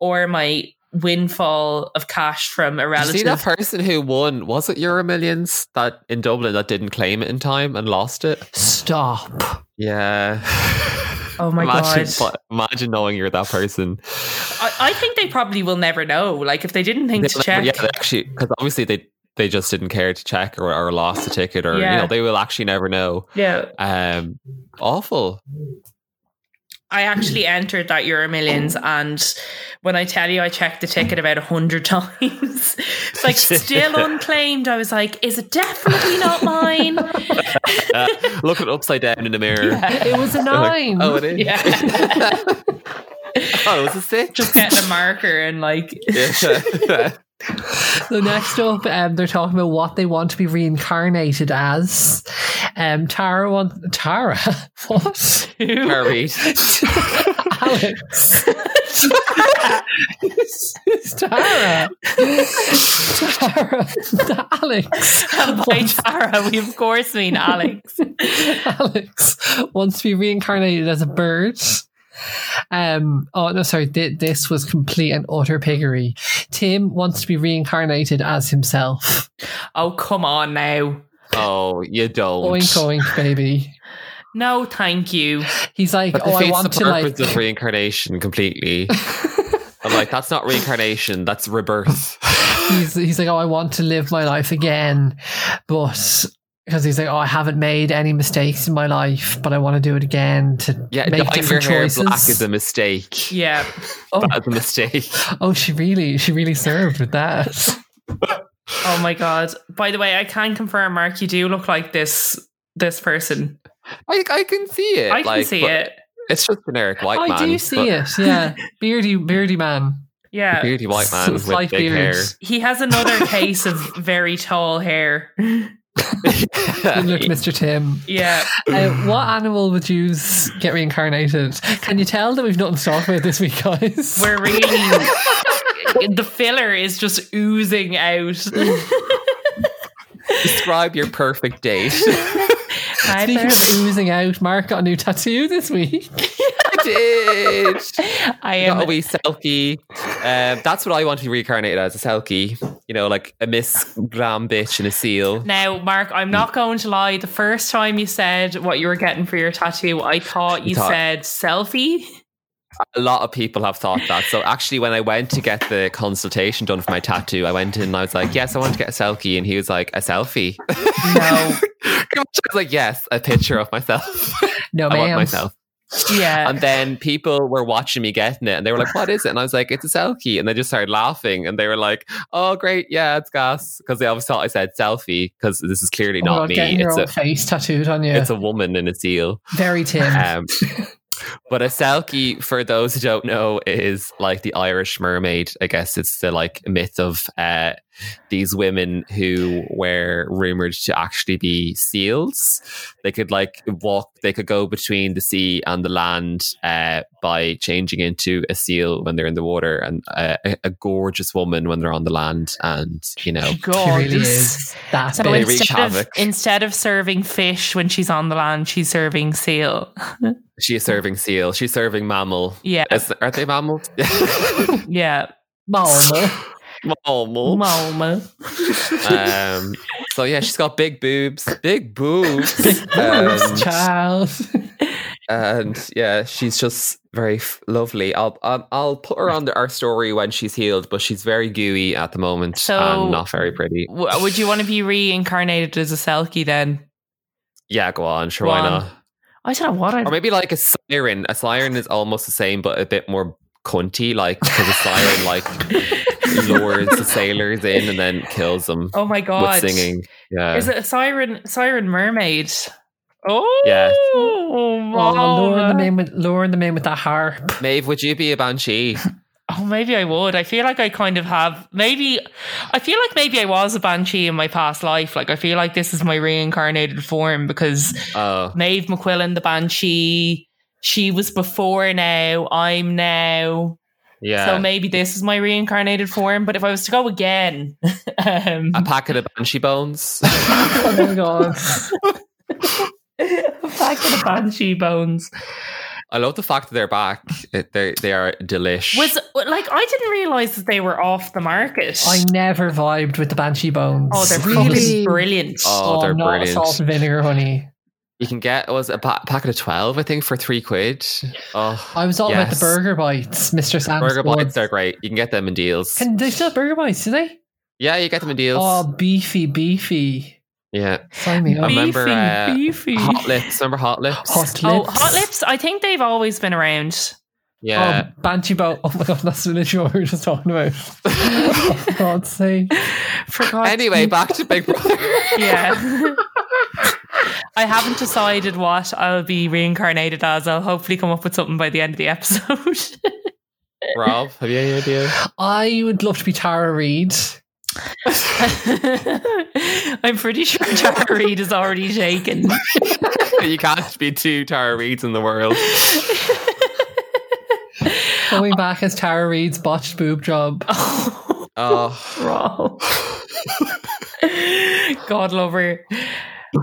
or my windfall of cash from a Did you see that relative. person who won? Was it Euro Millions that in Dublin that didn't claim it in time and lost it? Stop. Yeah. Oh my imagine, God. Imagine knowing you're that person. I, I think they probably will never know. Like, if they didn't think to They'll never- check. Yeah, they actually, because obviously they they just didn't care to check or, or lost the ticket or you Yeah. know they will actually never know. yeah. Um, awful. I actually entered that Euro Millions, and when I tell you, I checked the ticket about a hundred times. It's like still unclaimed. I was like, "Is it definitely not mine?" Uh, look at upside down in the mirror. It was a They're like, nine. oh, it is. yeah, Oh, it was a six. just getting a marker and like, Yeah. So next up, um, they're talking about what they want to be reincarnated as. Um, Tara wants Tara. What? Harry. Alex. It's Tara. Tara. Alex. by Tara, we of course mean Alex. Alex wants to be reincarnated as a bird. Um, oh no, sorry. Th- this was complete and utter piggery. Tim wants to be reincarnated as himself. Oh, come on now. Oh, you don't. Oink oink, baby. No, thank you. He's like, But oh, I defeats want the to like. purpose of reincarnation completely. I'm like, that's not reincarnation, that's rebirth. he's he's like, oh, I want to live my life again, but because he's like, oh, I haven't made any mistakes in my life, but I want to do it again to Yeah, make dyeing your different hair choices. black is a mistake. Yeah. oh, That's a mistake. oh, she really, she really served with that. Oh my god. By the way, I can confirm, Mark, you do look like this this person. I, I can see it. I can like, see but it. It's just generic white I man. do see but it. Yeah, beardy, beardy man. the Yeah. Beardy white man with Slight big hair. He has another case of very tall hair. Good look, Mr. Tim. Yeah. Uh, what animal would you s- get reincarnated? Can you tell that we've nothing to talk about this week, guys? We're really the filler is just oozing out. Describe your perfect date. Hi, Speaking of Bev. oozing out, Mark got a new tattoo this week. I did. I Got a am wee selkie. Um, that's what I want to be reincarnated as a selkie. You know, like a Miss Glam bitch and a seal. now, Mark, I'm Mm. not going to lie. The first time you said what you were getting for your tattoo, I thought You you thought- said selfie. a lot of people have thought that. So actually, when I went to get the consultation done for my tattoo, I went in and I was like, "Yes, I want to get a selfie," and he was like, "A selfie." No. I was like, "Yes, a picture of myself. No, I want ma'am. myself." Yeah. And then people were watching me getting it, and they were like, "What is it?" And I was like, "It's a selfie," and they just started laughing, and they were like, "Oh, great, yeah, it's gas," because they always thought I said selfie because this is clearly Oh, not God, me. Getting your It's own a face tattooed on you. it's a woman in a seal. Very Tim. Um, but a selkie, for those who don't know, is like the Irish mermaid. I guess it's the like myth of uh, these women who were rumored to actually be seals. They could like walk. They could go between the sea and the land uh, by changing into a seal when they're in the water, and uh, a, a gorgeous woman when they're on the land. And you know, she God. really is. That's So They big. reach instead of, havoc. instead of serving fish when she's on the land, she's serving seal. she is serving seal. She's serving mammal. Yeah, Is, are they mammals? yeah. Mama. mammal. Mama. um, so yeah, she's got big boobs, big boobs, First and, child. and yeah, she's just very f- lovely. I'll um, I'll put her on the, our story when she's healed, but she's very gooey at the moment So- and not very pretty. W- Would you want to be reincarnated as a selkie then? Yeah, go on, sure, Go why on. not? I don't know what Or I. maybe like a siren. A siren is almost the same, but a bit more cunty, like because a siren like lures the sailors in and then kills them Oh my god! with singing. Yeah, Is it a siren? Siren mermaid? Oh, Yes. Oh, luring them mama. in with luring them in with that harp. Maeve, would you be a banshee? Oh, maybe I would. I feel like I kind of have. Maybe I feel like maybe I was a banshee in my past life. Like I feel like this is my reincarnated form because Oh, Maeve McQuillan, the Banshee. She was before now. I'm now. yeah. So maybe this is my reincarnated form. But if I was to go again, um, a packet of banshee bones. Oh my god. back to the Banshee bones. I love the fact that they're back. It- They they are delish. Was like I didn't realize that they were off the market. I never vibed with the banshee bones. oh, they're Really? fucking brilliant. Oh, they're not brilliant. salt and vinegar, honey. you can get was a pa- packet of twelve, I think, for three quid. Oh, I was all about the Yes. burger bites, Mr. Sam's. burger Club. bites are great. You can get them in deals. Can they still have burger bites? Do they? yeah, you get them in deals. Oh, beefy, beefy. yeah, Sign me up. I remember, beefy, uh, beefy. hot lips. Remember hot lips? Hot lips. Oh, hot lips! I think they've always been around. yeah, Oh, banshee bone. Oh my god, that's literally what we were just talking about. oh, for God's sake. Forgot. Anyway, back to Big Brother. yeah. I haven't decided what I'll be reincarnated as. I'll hopefully come up with something by the end of the episode. Rob, have you any idea? I would love to be Tara Reid. I'm pretty sure Tara Reid is already taken. you can't be two Tara Reeds in the world. Going back as Tara Reid's botched boob job. Oh, Oh, Rob. God love her.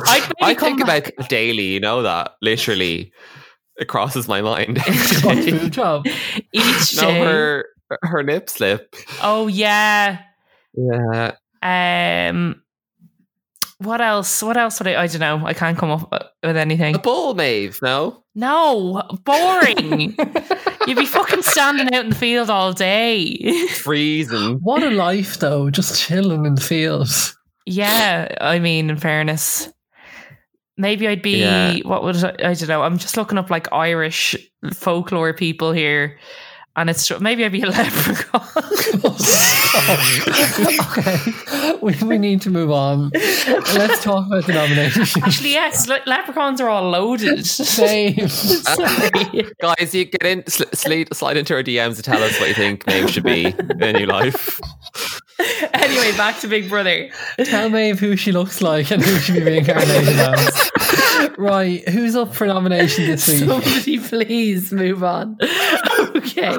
I'd maybe I come think back- about that daily. You know that literally. it crosses my mind. What food job? Each no, day. her her nip slip. Oh yeah. Yeah, Um. What else? What else would I? I don't know. I can't come up with anything. a bull, Maeve. No, No, boring. You'd be fucking standing out in the field all day. freezing. What a life, though, just chilling in the fields. Yeah, I mean, in fairness, maybe I'd be. Yeah. What would I, I don't know? I'm just looking up like Irish folklore people here, and it's maybe I'd be a leprechaun. okay, we, we need to move on. Let's talk about the nominations. Actually, yes, le- leprechauns are all loaded. Same. Sorry. Guys, you get in, sl- slide, slide into our DMs and tell us what you think Maeve should be in your new life. anyway, back to Big Brother. Tell Maeve who she looks like and who she be reincarnated as. Right, who's up for nomination this week? Somebody please move on. okay.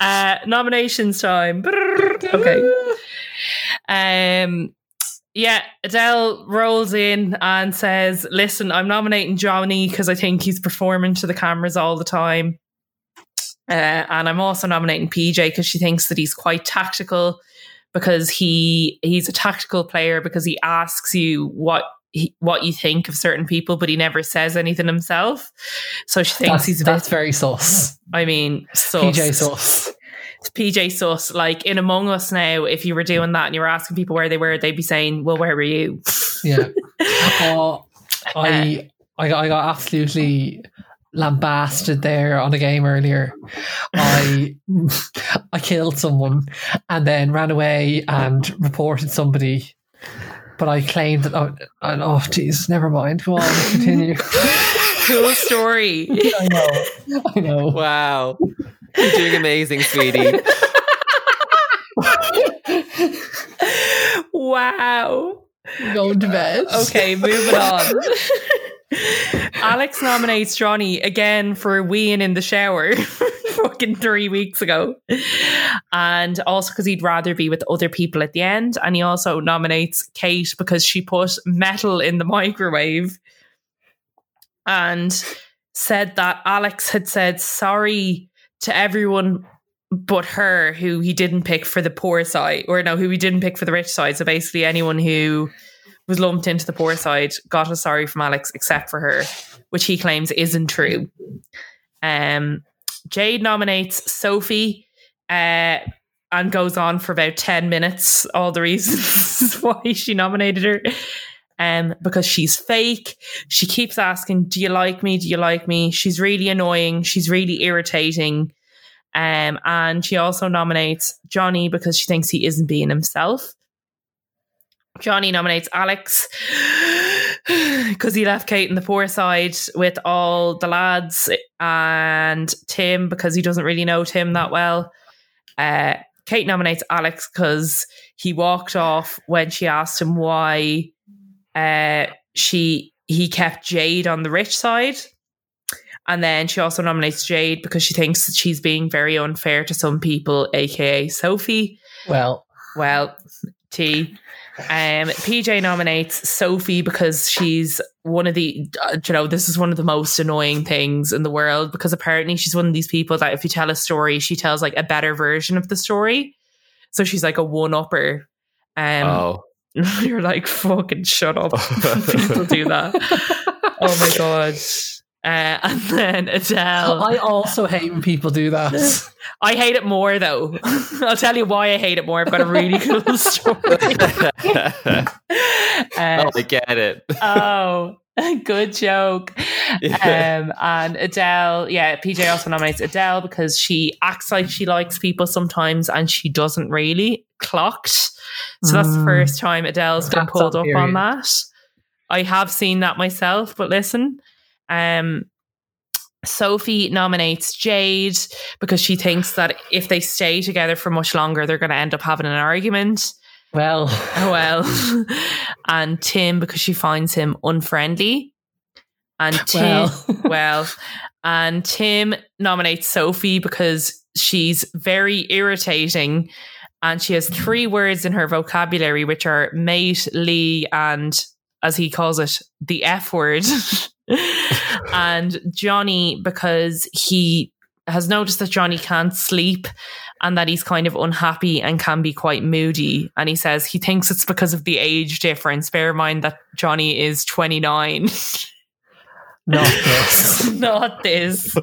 Uh nominations time. Brrr. Okay. Um yeah, Adele rolls in and says, "Listen, I'm nominating Johnny because I think he's performing to the cameras all the time." Uh, and I'm also nominating PJ because she thinks that he's quite tactical because he he's a tactical player because he asks you what he, what you think of certain people, but he never says anything himself. So she thinks That's, he's a bit. that's very sus. I mean, sus. PJ sus. PJ sus. Like in Among Us now, if you were doing that and you were asking people where they were, they'd be saying, "Well, where were you?" Yeah. Oh, I, I, got, I got absolutely lambasted there on a game earlier. I I killed someone and then ran away and reported somebody. But I claimed that. Oh, and- oh jeez, never mind. Go on, continue. cool story. I know. I know. Wow, you're doing amazing, sweetie. wow. Going to bed. Uh, Okay, moving on. Alex nominates Johnny again for weeing in the shower fucking three weeks ago. And also because he'd rather be with other people at the end. And he also nominates Kate because she put metal in the microwave and said that Alex had said sorry to everyone but her who he didn't pick for the poor side or no who he didn't pick for the rich side so basically anyone who was lumped into the poor side got a sorry from Alex except for her which he claims isn't true um Jade nominates Sophie uh and goes on for about 10 minutes all the reasons why she nominated her um because she's fake she keeps asking do you like me do you like me she's really annoying she's really irritating um, and she also nominates Johnny because she thinks he isn't being himself. Johnny nominates Alex because he left Kate in the poor side with all the lads and Tim because he doesn't really know Tim that well. Uh, Kate nominates Alex because he walked off when she asked him why uh, she he kept Jade on the rich side. And then she also nominates Jade because she thinks that she's being very unfair to some people, aka Sophie. Well, Well, T. Um, PJ nominates Sophie because she's one of the, uh, you know, this is one of the most annoying things in the world because apparently she's one of these people that if you tell a story, she tells like a better version of the story. So she's like a one upper. Um, oh, you're like, fucking shut up. People do that. oh my God. Uh, and then Adele. Oh, I also hate when people do that. I hate it more though. I'll tell you why I hate it more. I've got a really cool story. Uh, oh, I get it. oh, good joke. Um, and Adele, yeah, PJ also nominates Adele because she acts like she likes people sometimes and she doesn't really. Clocked. So that's the Mm. first time Adele's been That's pulled up on unfair. that. I have seen that myself, but listen. Um, Sophie nominates Jade because she thinks that if they stay together for much longer, they're going to end up having an argument. Well, Oh well. and Tim because she finds him unfriendly. And Tim well. Well. and Tim nominates Sophie because she's very irritating and she has three words in her vocabulary which are mate, Lee and as he calls it, the F word. and Johnny, because he has noticed that Johnny can't sleep and that he's kind of unhappy and can be quite moody. And he says he thinks it's because of the age difference. Bear in mind that Johnny is 29. Not this. Not this.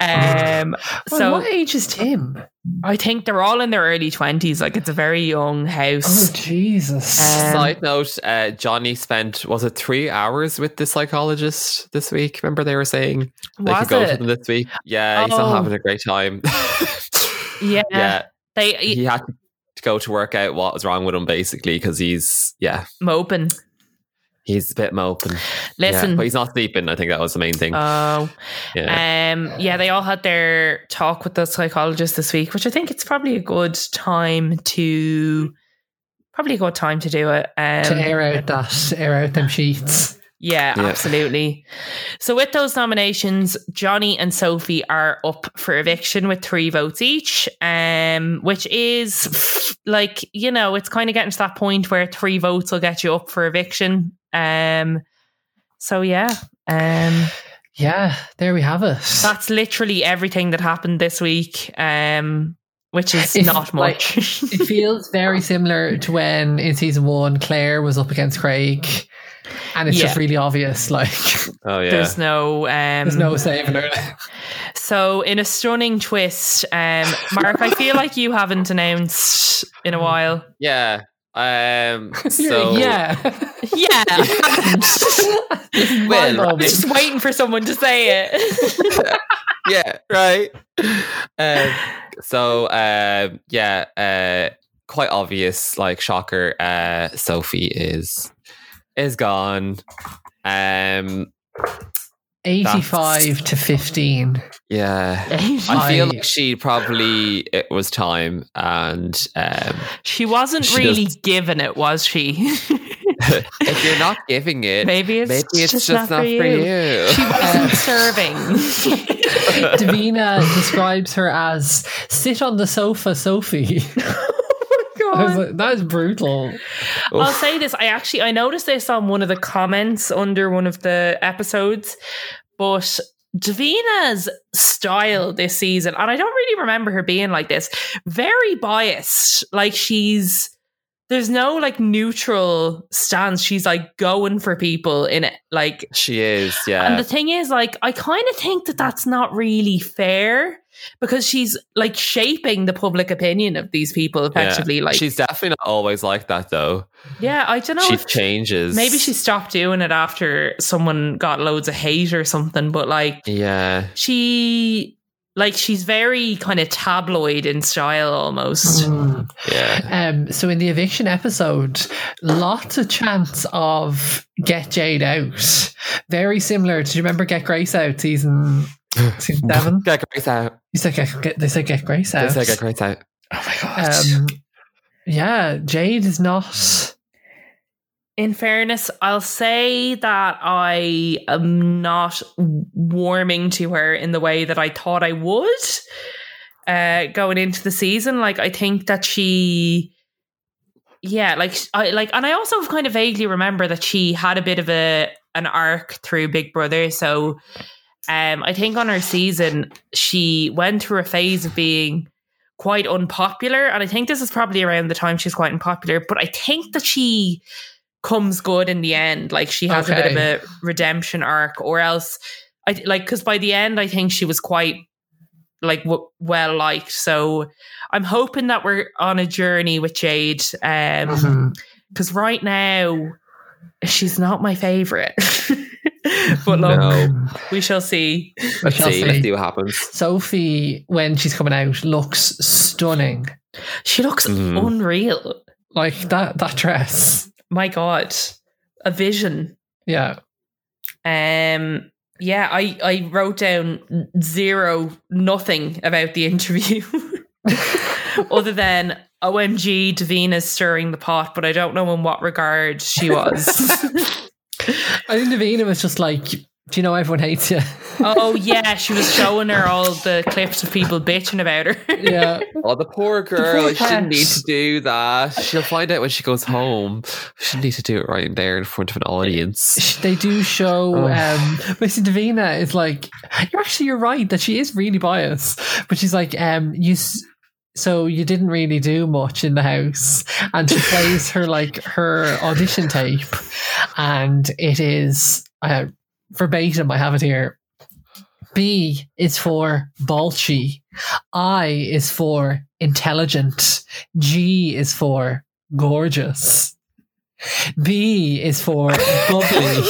Um, so what age is Tim? I think they're all in their early 20s. Like it's a very young Oh house. Jesus! Um, Side note: uh, Johnny spent was it three hours with the psychologist this week? Remember they were saying they could was go to it? them this week. Yeah, he's Oh. not having a great time. Yeah. yeah, They he had to go to work out what was wrong with him basically because he's yeah moping. he's a bit moping. Yeah, Listen. but he's not sleeping. I think that was the main thing. Oh. yeah. Um, yeah, they all had their talk with the psychologist this week, which I think it's probably a good time to probably a good time to do it. Um, to air out that, to air out them sheets. yeah, Yeah. absolutely. So with those nominations, Johnny and Sophie are up for eviction with three votes each, um, which is like you know it's kind of getting to that point where three votes will get you up for eviction. Um, so yeah, um, Yeah, there we have it. that's literally everything that happened this week, um, which is If, not like- much. it feels very similar to when in season one Claire was up against Craig, and it's just Yeah. really obvious. Like Oh yeah. There's no, um, there's no saving her. So, in a stunning twist, um, Mark, I feel like you haven't announced in a while. Yeah. Um. So yeah, Yeah, Well, I'm just waiting for someone to say it. yeah, right. Um, so um, yeah, uh, quite obvious, like shocker. Uh, Sophie is is gone. Um, eighty-five to fifteen. yeah. I feel like she probably it was time, and um, she wasn't She really given it, was she? if you're not giving it, maybe maybe it's, it's, just, not, for you. She wasn't serving. Davina describes her as "sit on the sofa, Sophie." I was like, that is brutal. I'll Oof. say this. I actually I noticed this on one of the comments under one of the episodes, but Davina's style this season, and I don't really remember her being like this, very biased. Like she's there's no like neutral stance. She's like going for people in it. Like she is. and Yeah. the thing is, like, I kind of think that that's not really fair because she's like shaping the public opinion of these people effectively. Like, she's definitely not always like that though. yeah, I don't know. she if- changes. Maybe she stopped doing it after someone got loads of hate or something, but like Yeah. she like she's very kind of tabloid in style almost. Mm. Yeah. Um, so in the eviction episode, lots of chance of get Jade out. Very similar. Do you remember Get Grace Out season season seven? Get Grace out. You said get, get they said get Grace out. They say get Grace out. Oh my um, yeah, Jade is not. in fairness, I'll say that I am not warming to her in the way that I thought I would uh, going into the season. Like, I think that she, yeah, like I like, and I also kind of vaguely remember that she had a bit of a an arc through Big Brother. So, um, I think on her season she went through a phase of being quite unpopular, and I think this is probably around the time she's quite unpopular. But I think that she comes good in the end. Like she has a bit of Okay. a redemption arc, or else, I like because by the end I think she was quite like w- well liked. So I'm hoping that we're on a journey with Jade. Um, Mhm. because right now she's not my favorite. but look, No. we shall see. Let's Shall see. see. Let's see what happens. Sophie, when she's coming out, looks stunning. She looks Mhm. unreal. Like that that dress. My God, a vision. Yeah. Um, yeah, I I wrote down zero, nothing about the interview, other than OMG, Davina's stirring the pot, but I don't know in what regard she was. I think Davina was just like Do you know everyone hates you? Oh yeah, she was showing her all the clips of people bitching about her. yeah. Oh, the poor girl. she didn't need pets. to do that. She'll find out when she goes home. She didn't need to do it right in there in front of an audience. Sh- They do show Oh. um Missy Davina is like you're actually you're right that she is really biased, but she's like um you s- so you didn't really do much in the house, and she plays her like her audition tape, and it is uh, verbatim. I have it here. B is for balchy, I is for intelligent, G is for gorgeous. B is for bubbly.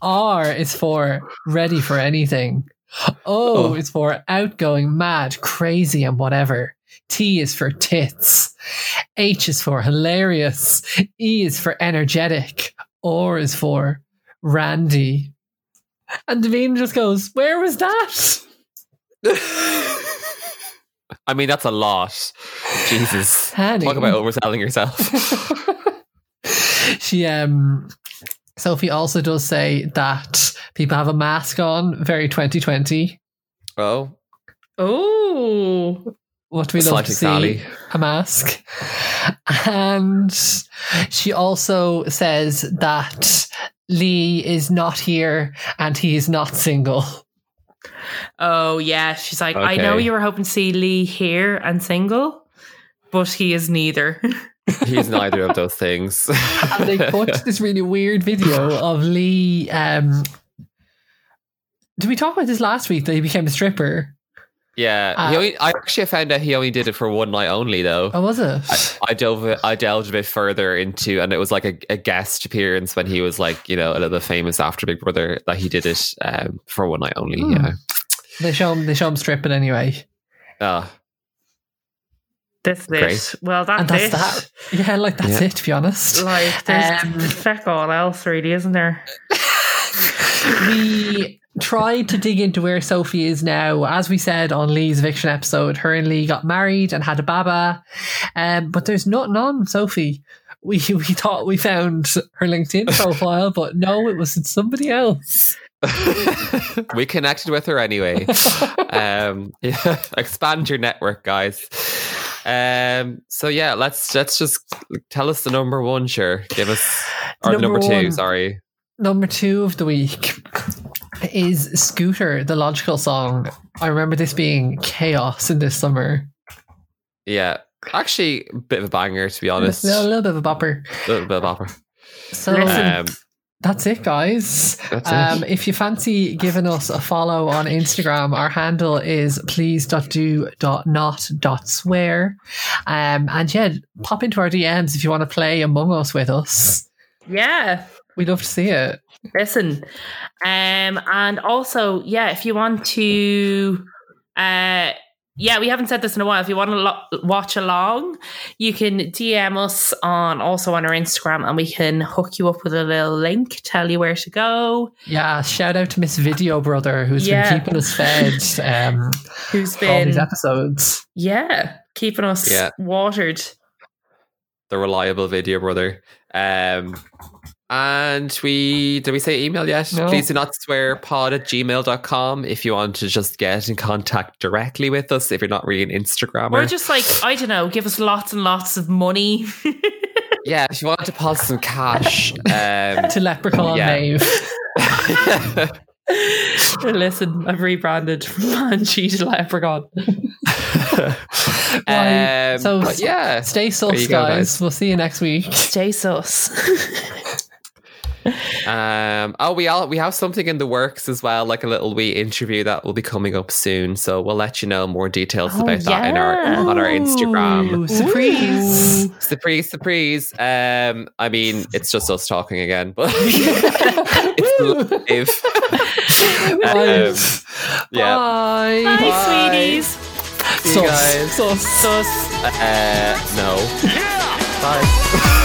R is for ready for anything. O Oh. is for outgoing, mad, crazy, and whatever. T is for tits. H is for hilarious. E is for energetic. R is for Randy. And Devine just goes, Where was that? I mean, that's a lot. Jesus. Honey. Talk about overselling yourself. she um Sophie also does say that people have a mask on, very 2020. Oh, Oh, What we Psychic love to see Sally. a mask. And she also says that Lee is not here and he is not single. oh yeah. She's like, I Okay. know you were hoping to see Lee here and single, but he is neither. he's neither of those things. and they put this really weird video of Lee. Um, did we talk about this last week that he became a stripper? yeah, he Uh, only, I actually found out he only did it for one night only, though. Oh, was it? I dove, I delved a bit further into, and it was like a, a guest appearance when he was like, you know, a little bit famous after Big Brother that he did it um, for one night only. Hmm. Yeah. They show him. They show him stripping anyway. Ah, this is Great. it. Well, that's, And that's it. that. Yeah, like that's Yeah. it. To be honest, Like, there's Um, feck all else, really, isn't there? we tried to dig into where Sophie is now. As we said on Lee's eviction episode, her and Lee got married and had a baba, um, but there's nothing on Sophie. We, we thought we found her LinkedIn profile, but no, it was somebody else. we connected with her anyway. um, yeah, expand your network, guys. Um, so yeah, let's let's just tell us the number one. Sure, give us or the Number number two. one. Sorry. Number two of the week is Scooter, the logical song. I remember this being chaos in this summer. Yeah, actually, a bit of a banger to be honest. A little bit of a bopper. Little bit of opera. So Listen. Um, that's it, guys. that's it. Um, if you fancy giving us a follow on Instagram, our handle is please.do.not.swear. Um, and yeah, pop into our DMs if you want to play Among Us with us. Yeah. We'd love to see it. Listen. Um, and also, yeah, if you want to, uh, yeah, we haven't said this in a while. If you want to lo- watch along, you can DM us on also on our Instagram, and we can hook you up with a little link, tell you where to go, Yeah, shout out to Miss Video Brother who's Yeah. been keeping us fed um, who's for all been, these episodes. yeah, keeping us Yeah. watered. the reliable video brother. Um, and we did we say email yet? No. Please do not swear pod at gmail.com if you want to just get in contact directly with us if you're not really an Instagrammer. Or just like I don't know, give us lots and lots of money. yeah, if you want to deposit some cash. Um, to Leprechaun Yeah. Dave. Listen, I've rebranded Manchi to Leprechaun. um, so- but yeah, Stay sus, you go, guys. guys. We'll see you next week. Stay sus. um, oh, we all we have something in the works as well, like a little wee interview that will be coming up soon. So we'll let you know more details Oh, about that in our yeah. on our Instagram. Ooh, surprise. Surprise, surprise. Um, I mean, it's just us talking again, but it's live. um, yeah. Bye. Bye, Bye. sweeties. See you guys. Sus. Sus. Uh, no. Bye.